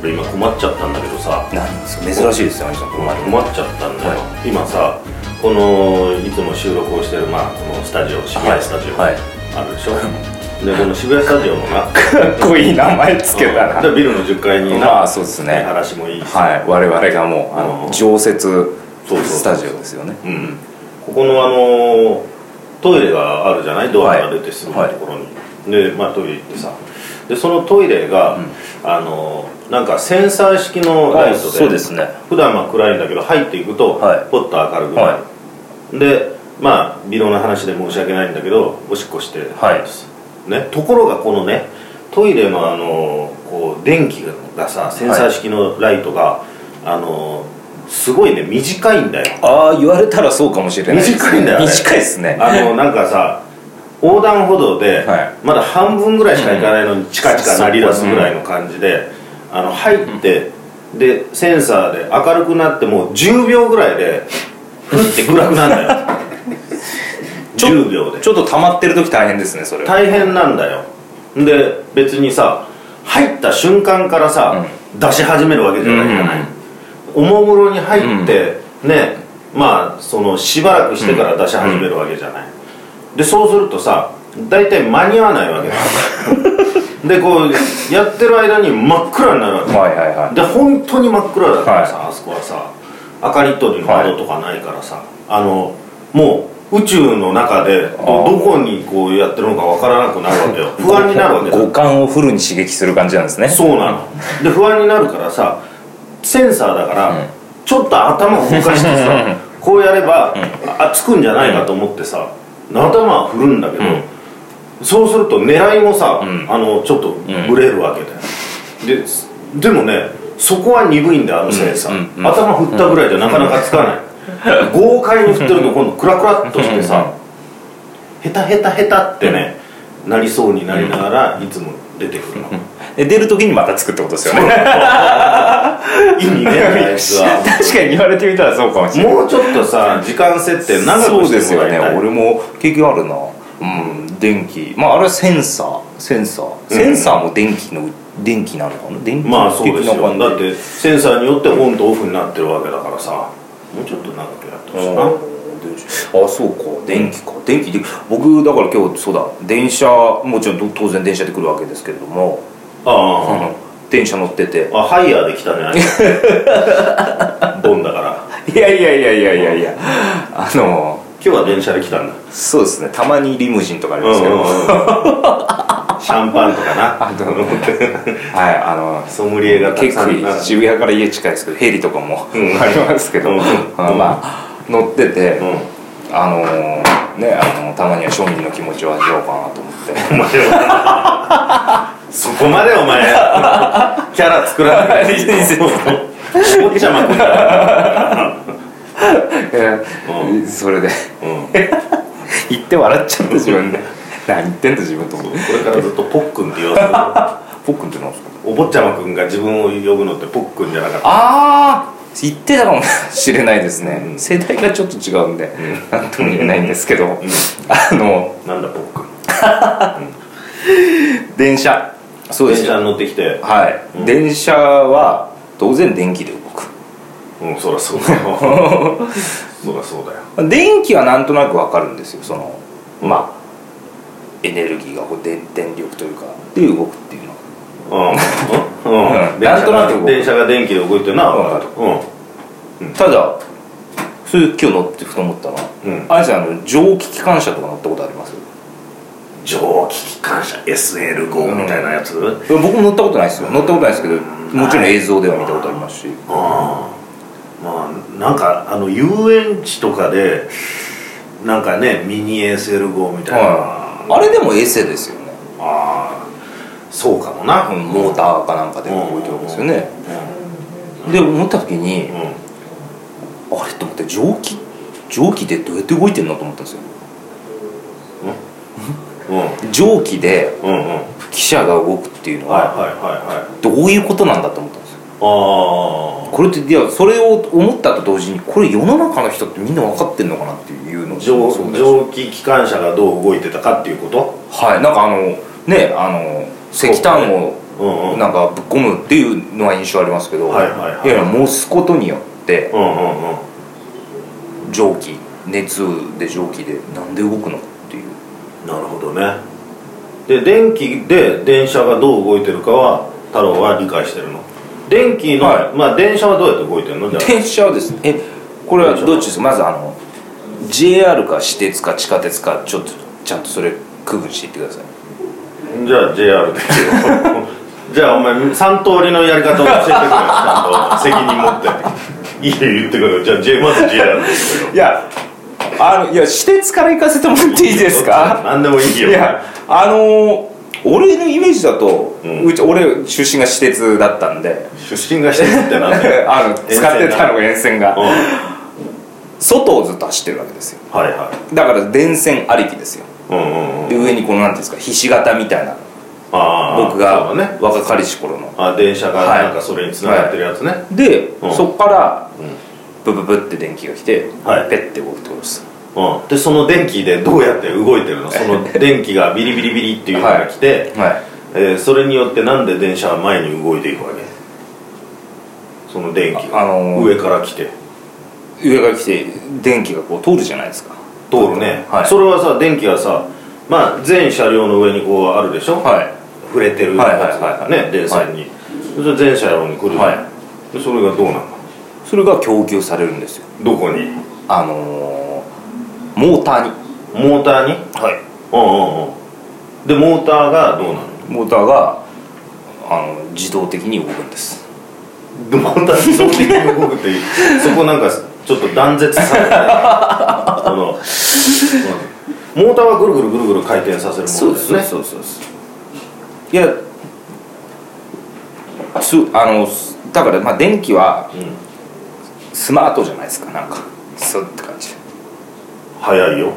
と今困っちゃったんだけどさなんですか珍しいですよ兄さんここまで困っちゃったんだよ、今さこのいつも収録をしてる、まあ、このスタジオ渋谷スタジオ、はいあるでしょでこの渋谷スタジオも なかっこいい名前つけたな、でビルの10階にな、まあそうですね話もいいし、はい我々がもうあうのん常設そうそうスタジオですよねうん、ここのあのトイレがあるじゃないドアが出てすぐのところに、で、まあ、トイレ行ってさでそのトイレが、あのなんかセンサー式のライトでね普段は暗いんだけど入っていくと、はいポッと明るくなる、でまあ微妙な話で申し訳ないんだけどおしっこしてはいね、ところがこのねトイレのあのこう電気がさセンサー式のライトが、あのすごいね短いんだよああ言われたらそうかもしれないです短いんだよね短いですねあのなんかさ横断歩道ではいまだ半分ぐらいしか行かないのにチカチカ鳴り出すぐらいの感じであの入ってでセンサーで明るくなってもう10秒ぐらいでふって暗くなるんだよ ちょ10秒でちょっと溜まってる時大変ですねそれは大変なんだよで別にさ入った瞬間からさ、出し始めるわけじゃないじゃない、おもむろに入って、ねまあそのしばらくしてから出し始めるわけじゃない、でそうするとさ大体間に合わないわけだ でこうやってる間に真っ暗になるわけはいはいはで本当に真っ暗だからさ、あそこはさ明かり取りの窓とかないからさ、あのもう宇宙の中でどどこにこうやってるのかわからなくなるわけよ不安になるわけいだ五感をフルに刺激する感じなんですねそうなので不安になるからさセンサーだから、ちょっと頭を動かしてさこうやれば、あつくんじゃないかと思ってさ頭は振るんだけど、そうすると狙いもさ、あのちょっとブレるわけだよ、ですでもねそこは鈍いんだよあのセンサー、うんうん頭振ったぐらいじゃなかなかつかない、豪快に振ってると今度クラクラっとしてさ、ヘタヘタヘタってね、なりそうになりながらいつも出てくるの、で出る時にまたつくってことですよね意味ねあいつは 確かに言われてみたらそうかもしれないもうちょっとさ時間設定長くそうでしてすもよらいねたい、俺も経験あるなうん電気まああれはセンサーセンサー、センサーも電気の電気なのかな電気的なま感じ、あそうですよだってセンサーによってオンとオフになってるわけだからさもうちょっと長くやってほしいなああそうか電気か電気で僕だから今日そうだ電車もちろん当然電車で来るわけですけれども、ああの電車乗ってて ああハイヤーで来たねあいつ ボンだからいやいやいやいやいやいや あの今日は電車で来たんだそうですねたまにリムジンとかありうんうまんすけど、うんはい シャンパンとかなあのソムリエがたく結さん構渋谷から家近いですけどヘリとかもあうんりますけど、うんあまあ乗ってて、うんあのねあのたまには庶民の気持ちを味わおうかなと思ってお前はそこまでお 前キャラ作らないでおっちゃまくんだ、えー それでうん言って笑っちゃった自分で何言ってんだ自分と思ってこれからずっとポックンって言わポックンってなんですかせるお坊ちゃまくんが自分を呼ぶのってポックンじゃなかったああ言ってたかもしれないですね、うん世代がちょっと違うんで何、なん、とも言えないんですけど、 あのなんだポックン電車そうで電す車よに乗ってきてはい、うん電車は当然電気で動くうんそらそうだ よそらそうだよ電気はなんとなくわかるんですよそのまあエネルギーがこう電電力というかで動くっていうのはうん、ううんん電なん車とながく動く電車が電気で動いてるな分かるただそれ今日乗ってふと思ったのはうん、うん、あれさんあの蒸気機関車とか乗ったことあります蒸気機関車 SL5 みたいなやつ、うん、僕も乗ったことないですよ乗ったことないですけどもちろん映像では見たことありますしああまあなんかあの遊園地とかでなんかねミニ SL5 みたいな、はい、あれでもエセですよね、ああそうかもな、うんモーターかなんかで動いてるんですよね、で思った時にうんあれと思って蒸気蒸気でどうやって動いてるのと思ったんですようん蒸気でうんうんはい汽車が動くっていうのはいははいはいどういうことなんだと思ったんですよあこれっていやそれを思ったと同時にこれ世の中の人ってみんな分かってんのかなっていうのあも蒸そうです蒸気機関車がどう動いてたかっていうことはいなんかあのねあの石炭をうんうんなんかぶっ込むっていうのは印象ありますけど、はいはいはいやや燃すことによってうんうんうん蒸気熱で蒸気でなんで動くのっていうなるほどねで電気で電車がどう動いてるかは太郎は理解してるの電気の、はまあ電車はどうやって動いてるのじゃ電車はですねえこれはどっちですかまずあの JR か私鉄か地下鉄かちょっとちゃんとそれ区分していってくださいあじゃあ JR で じゃあお前3通りのやり方を教えてくれよちゃんと責任持っていいよ言ってくれよじゃあ J まず JR でいやあのいや私鉄から行かせてもらっていいですか何でもいいいよやあの俺のイメージだと、ううんち俺出身が私鉄だった んで出身がしてるってなんだよ あの使線ってたのが沿線がうん外をずっと走ってるわけですよはいはいだから電線ありきですようんうんうんで上にこのなんていうんですかひし形みたいなああ僕がそうだね若かりし頃のあ電車がなんかそれに繋がってるやつね、で、うんそっからうんブブブって電気が来て、はいペッて動くってことですうん、でその電気でどうやって動いてるのその電気がビリビリビリっていうのが来て、はいえーそれによってなんで電車は前に動いていくわけその電気が、ああのー上から来て上が来て電気がこう通るじゃないですか通るね、はいそれはさ電気がさまあ全車両の上にこうあるでしょ、はい触れてるやつ、はいはいはいはいね電線に、それ全車両に来るじゃんはでそれがどうなのそれが供給されるんですよどこにあのー、モーターにモーターにはいうんうんうんでモーターがどうなのモーターがあの自動的に動くんですでも本当は自動的に動くっていうそこなんかちょっと断絶されてないこの、うんモーターはぐるぐるぐるぐる回転させるものですねそうそうそういやそうあのだからまあ電気はうんスマートじゃないですかなんかそうって感じ早いよ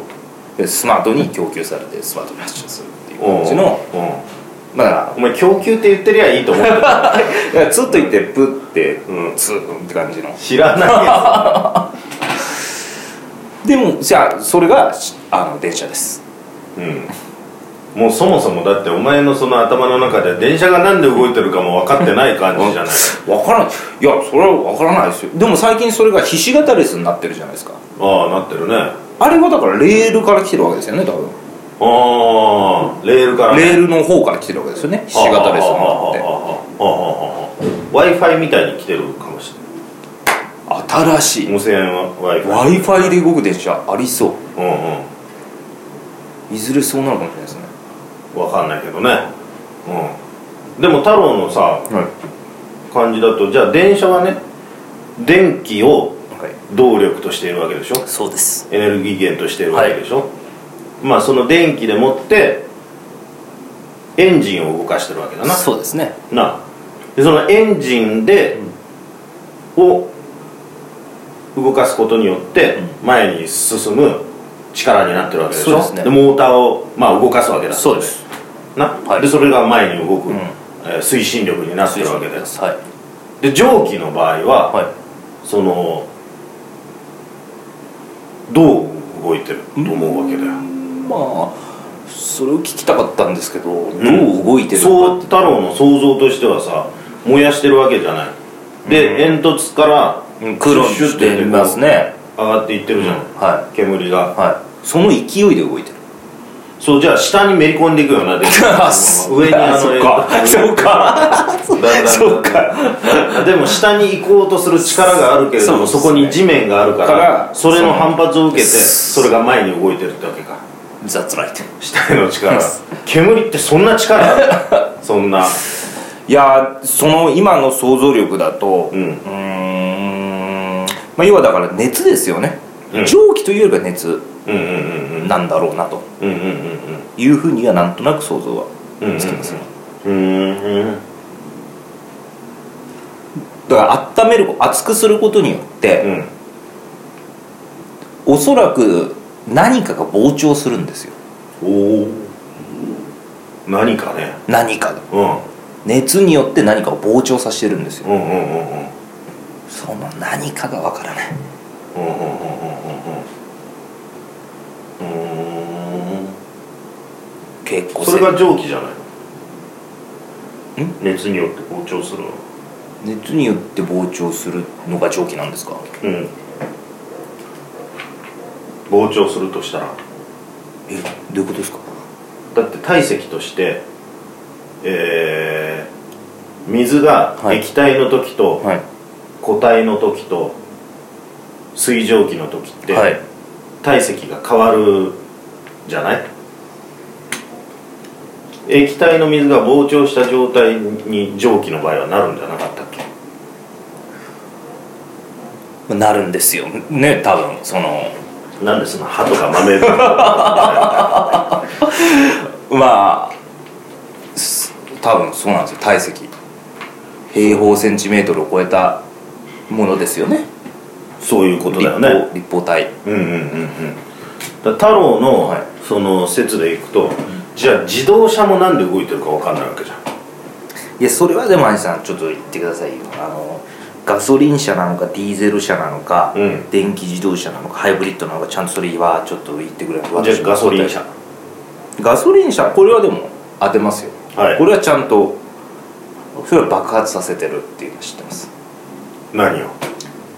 でスマートに供給されてスマートに発信するっていううん感じのうまあだかんお前供給って言ってりゃいいと思ってたらいやツッといってプッてうんツーンって感じの知らないやでもじゃあそれがしあの電車ですつうんもうそもそもだってお前のその頭の中で電車がなんで動いてるかも分かってない感じじゃない分からないいやそれは分からないですよでも最近それがひし形レスになってるじゃないですかああなってるねああれはだからレールから来てるわけですよね多分あレールからレールの方から来てるわけですよねひし形レスになってって w i f i みたいに来てるかもしれない新しい無線は w i f i w i f i で動く電車ありそうんういずれそうなるかもしれないですねうんわかんないけどねうんでも太郎のさはい、感じだとじゃあ電車はね電気をはい、動力としているわけでしょそうですエネルギー源としているわけでしょ、まあその電気でもってエンジンを動かしてるわけだなそうですねなでそのエンジンで、を動かすことによって前に進む力になってるわけでしょそうですねモーターを、まあ、動かすわけだそうですな、はいでそれが前に動く、うんえー推進力になってるわけではいで蒸気の場合は、はそのどう動いてると思うわけだよいまあそれを聞きたかったんですけど、んどう動いてるそのかう太郎の想像としてはさ燃やしてるわけじゃないで、煙突からうん苦労してますね上がっていってるじゃん、は煙いがはいその勢いで動いてるそうじゃあ下にめり込んでいくよなで上にあの そっ煙か突 そっかだんだんだんだんそっかでも下に行こうとする力があるけれどもそそうこに地面があるからからそれの反発を受けてそそれが前に動いてるってわけかザッツライト下への力煙ってそんな力 あるそんないやーその今の想像力だとうんうーんまあ要はだから熱ですよね、うん蒸気というよりは熱うんうんうんなんだろうなとうんうんうんいうふうにはなんとなく想像はうんうんうんつきますね、うんうんだから温める熱くすることによって、うんおそらく何かが膨張するんですよおお何かね何かがうん熱によって何かを膨張させてるんですようんうんうんうんその何かがわからないうんうんうんうんうんうん結構それが蒸気じゃないのう熱によって膨張する熱によって膨張するのが蒸気なんですかうん膨張するとしたらえどういうことですかだって体積としてえー、水がはい液体の時と、はい固体の時と水蒸気の時って、はい体積が変わるじゃない液体の水が膨張した状態に蒸気の場合はなるんじゃなかったっけまあなるんですよね多分そのなんでその歯とか豆とかまあす多分そうなんですよ体積平方センチメートルを超えたものですよね そういうことだよね立方立方体うんうんうんうんだから太郎の、はいその説でいくと、じゃあ自動車もなんで動いてるか分かんないわけじゃんいやそれはでも兄さんちょっと言ってくださいよあのガソリン車なのかディーゼル車なのか、うん電気自動車なのかハイブリッドなのかちゃんとそれはちょっと言ってくれないとじゃあガソリン車ガソリン車これはでも当てますよ、はいこれはちゃんとそれは爆発させてるっていうのは知ってます何を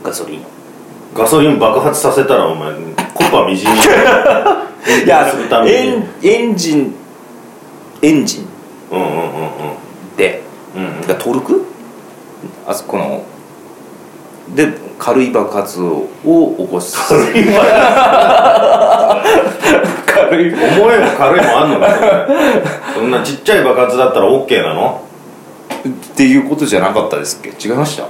ガソリンをガソリン爆発させたらお前コッパみじん に いやするためにエンエンジンエンジンうんうんうんうんで、うんうんがトルクあそこので軽い爆発を起こすそれ今や軽い重いも軽いもあんのかそれそんなちっちゃい爆発だったら OK なのっていうことじゃなかったですっけ違いましたう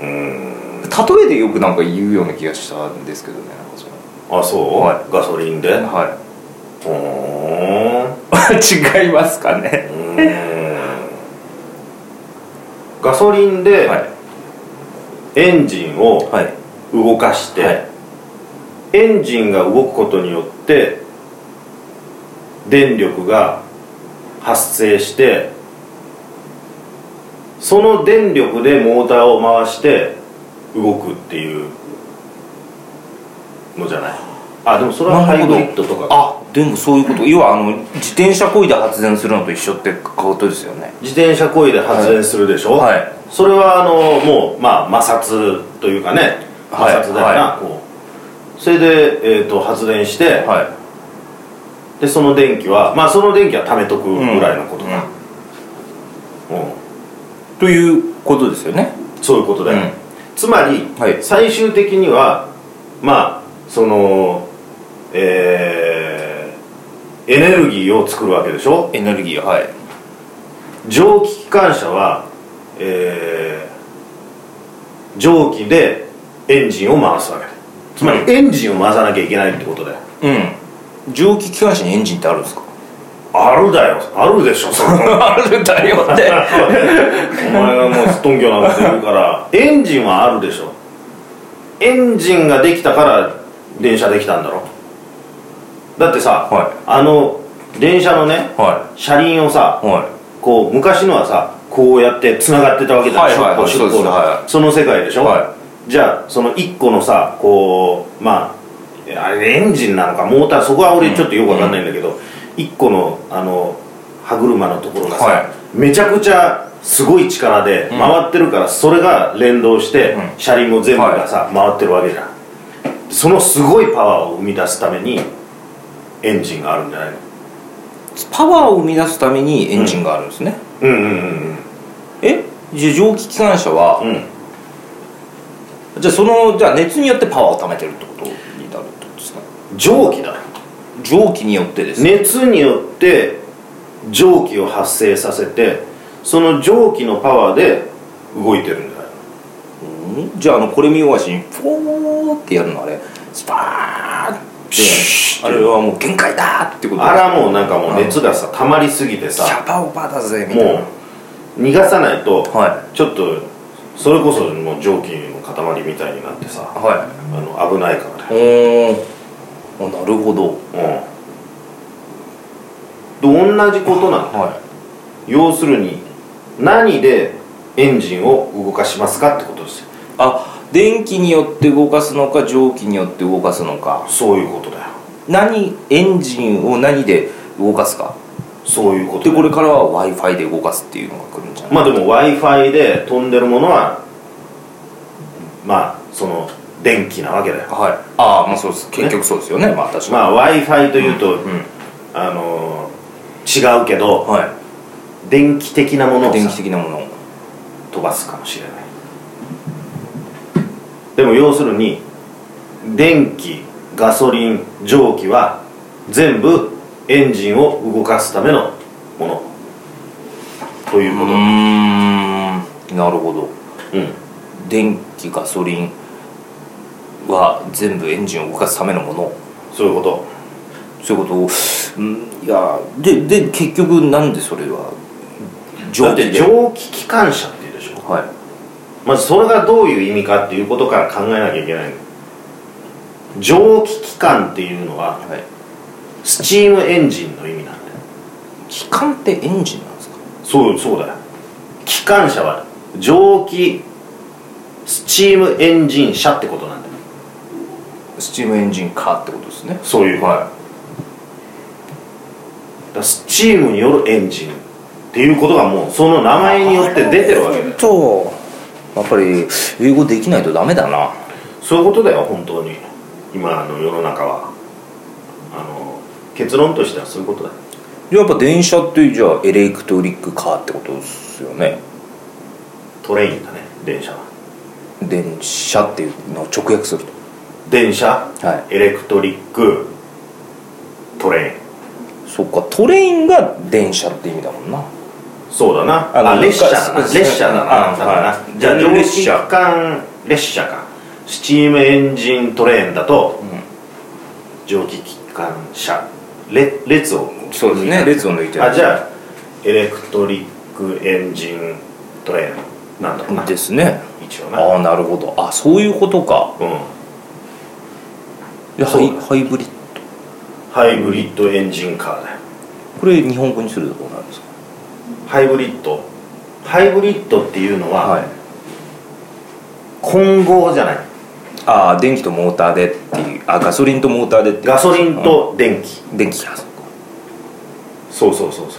ーん例えでよくなんか言うような気がしたんですけどねなんかそのあそう、はガソリンでうはーんうい 違いますかねーんガソリンではエンジンをいはい動かして、はいエンジンが動くことによって電力が発生してその電力でモーターを回して動くっていうのじゃないあでもそれはハイなるほブどリッドとかあでもそういうこと要はあの自転車こいで発電するのと一緒ってことですよね自転車こいで発電するでしょ、はいそれはあのもう、まあ、摩擦というかね摩はい擦だよな、はこうそれで、えー、と発電して、はでその電気はまあその電気は貯めとくいぐらいのことだ、うんうんということですよねそういうことだよ、うんつまり、はい最終的にはまあそのえーエネルギーを作るわけでしょエネルギーはい蒸気機関車はえー蒸気でエンジンを回すわけだよつまりエンジンを回さなきゃいけないってことだようん蒸気機関車にエンジンってある んですかあるだよあるでしょそんなのあるんだよって お前がもうすっとんきょなこと言うからエンジンはあるでしょエンジンができたから電車できたんだろだってさ、はいあの電車のねは車輪をさいはいこう昔のはさこうやってつながってたわけじゃないはいはいはい出港出そうです港はその世界でしょ、はじゃあその1個のさこうまああれエンジンなのかモーターそこは俺ちょっとよくわかんないんだけど、一1個のあの歯車のところがさ、はいめちゃくちゃすごい力で回ってるから、それが連動して、う車輪も全部がさ、回ってるわけじゃんそのすごいパワーを生み出すためにエンジンがあるんじゃないのパワーを生み出すためにエンジンがあるんですね、うんうんうんえじゃあ蒸気機関車うんは、うんじゃあそのじゃあ熱によってパワーを貯めてるってことになるってことですか蒸気だよ蒸気によってですね熱によって蒸気を発生させてその蒸気のパワーで動いてるんだようんじゃああのこれ見よがしにフォーってやるのあれスパーってシューあれはもう限界だってことあらもうなんかもう熱がさ溜まりすぎてキさャパオーバーだぜみたいなもう逃がさないとはちょっとそれこそもう蒸気の塊みたいになってさいはあの危ないからいおーあなるほどねうんと同じことなのは要するに何でエンジンを動かしますかってことですよいあ電気によって動かすのか蒸気によって動かすのかそういうことだよ何エンジンを何で動かすかそういうことでこれからは w i f i で動かすっていうのが来るんじゃないまあでも w i f i で飛んでるものはまあその電気なわけだよはいああまあそうです結局そうですよねまあ確かにまあ w i f i というと、うんあのー違うけどは電気的なものいを電さ気的なものを飛ばすかもしれないでも要するに電気ガソリン蒸気は全部エンジンを動かすためのものといううこーんなるほどとうん電気ガソリンは全部エンジンを動かすためのものそういうことそういうことをうんいやでで結局なんでそれはだってで蒸気機関車っていうでしょはいまずそれがどういう意味かっていうことから考えなきゃいけないの蒸気機関っていうのははいスチームエンジンの意味なんだよ機関ってエンジンなんですかそうそうだよ機関車は蒸気スチームエンジン車ってことなんだよスチームエンジンカーってことですねそういうだかはらスチームによるエンジンっていうことがもうその名前によって出てるわけだよとやっぱり英語できないとダメだなそういうことだよ本当に今の世の中はあの結論としてはそういうことだよやっぱ電車ってじゃあエレクトリックカーってことですよねトレインだね電車は電車っていうのを直訳する電車とはいエレクトリックトレインそっかトレインが電車って意味だもんなそうだなあのあ列車だな昔そう列車だなあだからはないじゃあ蒸列気機車関列車かスチームエンジントレーンだと蒸気機関車れ列をそうですね列を抜いてるあじゃあエレクトリックエンジントレーンなんだろうなですね一応なああなるほどあそういうことかうんいやそハうイハイブリッハイブリッドエンジンカーだよドこれ日本語にするとどうなるんですかハイブリッドハイブリッドっていうのは混合じゃないああ電気とモーターでっていうあガソリンとモーターでっていうガソリンと電気電気がそっかそうそうそうそう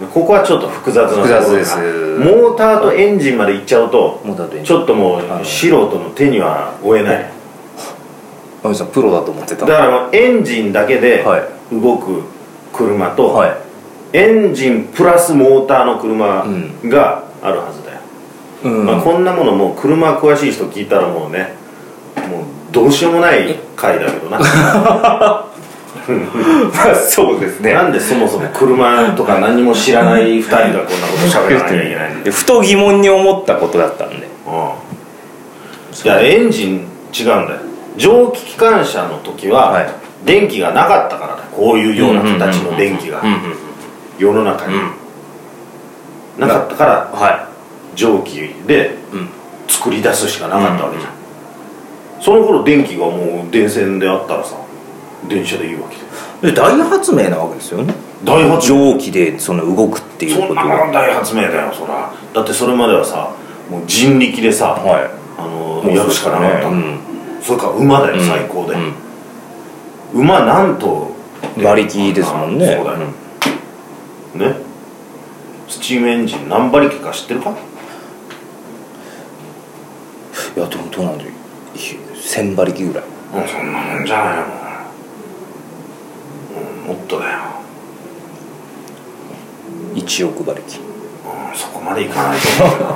でここはちょっと複雑なところが複雑ですモーターとエンジンまで行っちゃうとモーターと電気ちょっともうはい素人の手には負えないマミさんプロだと思ってただからエンジンだけではい動く車と、はいエンジンプラスモーターの車があうんるはずだよ、うん、まあ、こんなものもう車詳しい人聞いたらもうねもうどうしようもない回だけどな そうですなんでそもそも車とか何も知らない2人がこんなこと喋らなきゃいけないのふと疑問に思ったことだったんうんでいやエンジン違うんだよ蒸気機関車の時は、はい電気がなかったからだよこういうような形の電気がうんうんうん世の中にうんなかったからは蒸気でい、うん、作り出すしかなかったわけじゃん、その頃電気がもう電線であったらさ電車でいいわけでで大発明なわけですよね大発明蒸気でその動くっていうそこんとなのが大発明だよそらだってそれまではさもう人力でさ、はあのいやるしかなかった、うんそれから馬だよ、うん最高で、うん馬なんと馬力ですもんねそうだよねスチームエンジン何馬力か知ってるかいやでもどうなんだろう1000馬力ぐらいもうそんなもんじゃないのもうもっとだよ、 1億馬力うん、そこまでいかないと思うけど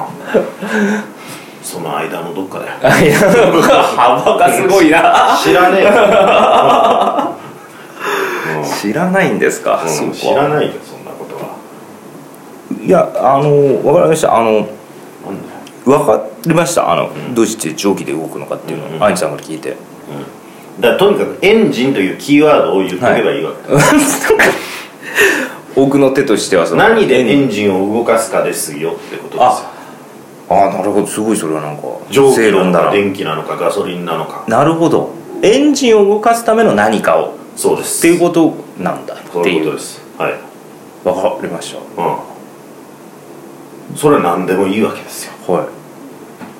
その間のどっかだよあいや幅が すごいな知らねえよ、知らないんですか、うん、そううんか知らないよそんなことはいやあのわかりましたあのなんだよわかりましたあの、どうして蒸気で動くのかっていうのを、うんアインシュタインから聞いてだからとにかくエンジンというキーワードを言っておけばいいわけ、 奥の手としてはその何でエンジンを動かすかですよってことですよああーなるほどすごいそれはなんか蒸正気なの論だかな電気なのかガソリンなのかなるほどエンジンを動かすための何かをそうですっていうことなんだっそうていういこうとですはいわかりましうんそれは何でもいいわけですよたは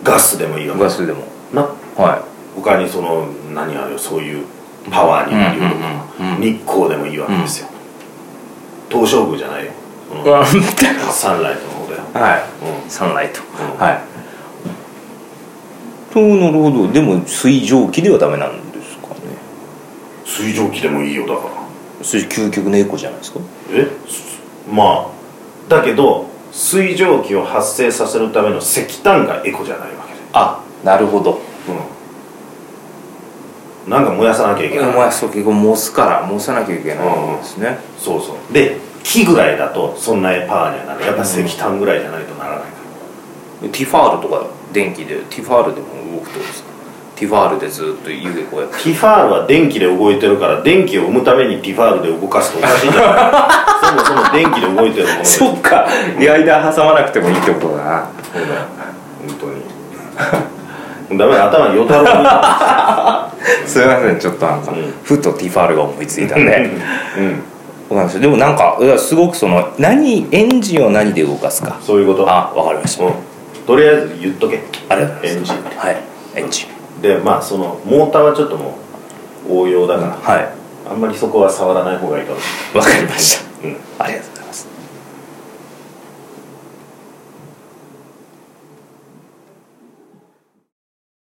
ガスでもいいいわけガスでもなは他にその何あるそういうパワーいになるようなうん日光でもいいわけですよ、東照宮じゃないよ、うん うんはサンライトの方だよ、いサンライトはいそうなるほどでも水蒸気ではダメなんですかね水蒸気でもいいよだからそれ究極のエコじゃないですかえすまあだけど水蒸気を発生させるための石炭がエコじゃないわけで、あなるほどうん、なんか燃やさなきゃいけない、燃やすと結構燃すから燃さなきゃいけないんですねそうそうで木ぐらいだとそんなパワーにはならないやっぱ石炭ぐらいじゃないとならないから、ティファールとか電気でティファールでも動くってことですかティファールでずっと湯気こう やってティファールは電気で動いてるから電気を生むためにティファールで動かすとおかしいんじゃない そもそも電気で動いてるものですっか 間挟まなくてもいいってことだなそうだよ本当に ダメだ頭によたろうがすいませんちょっとなんか、うんふとティファールが思いついたんでわかりましたでもなんかいやすごくその何エンジンを何で動かすかそういうことあわかりました、うんとりあえず言っとけありがとうございエンまジすンってはいエンジンでまあそのモーターはちょっともう応用だから、はいあんまりそこは触らない方がいいかもしれないわかりました、うんありがとうございます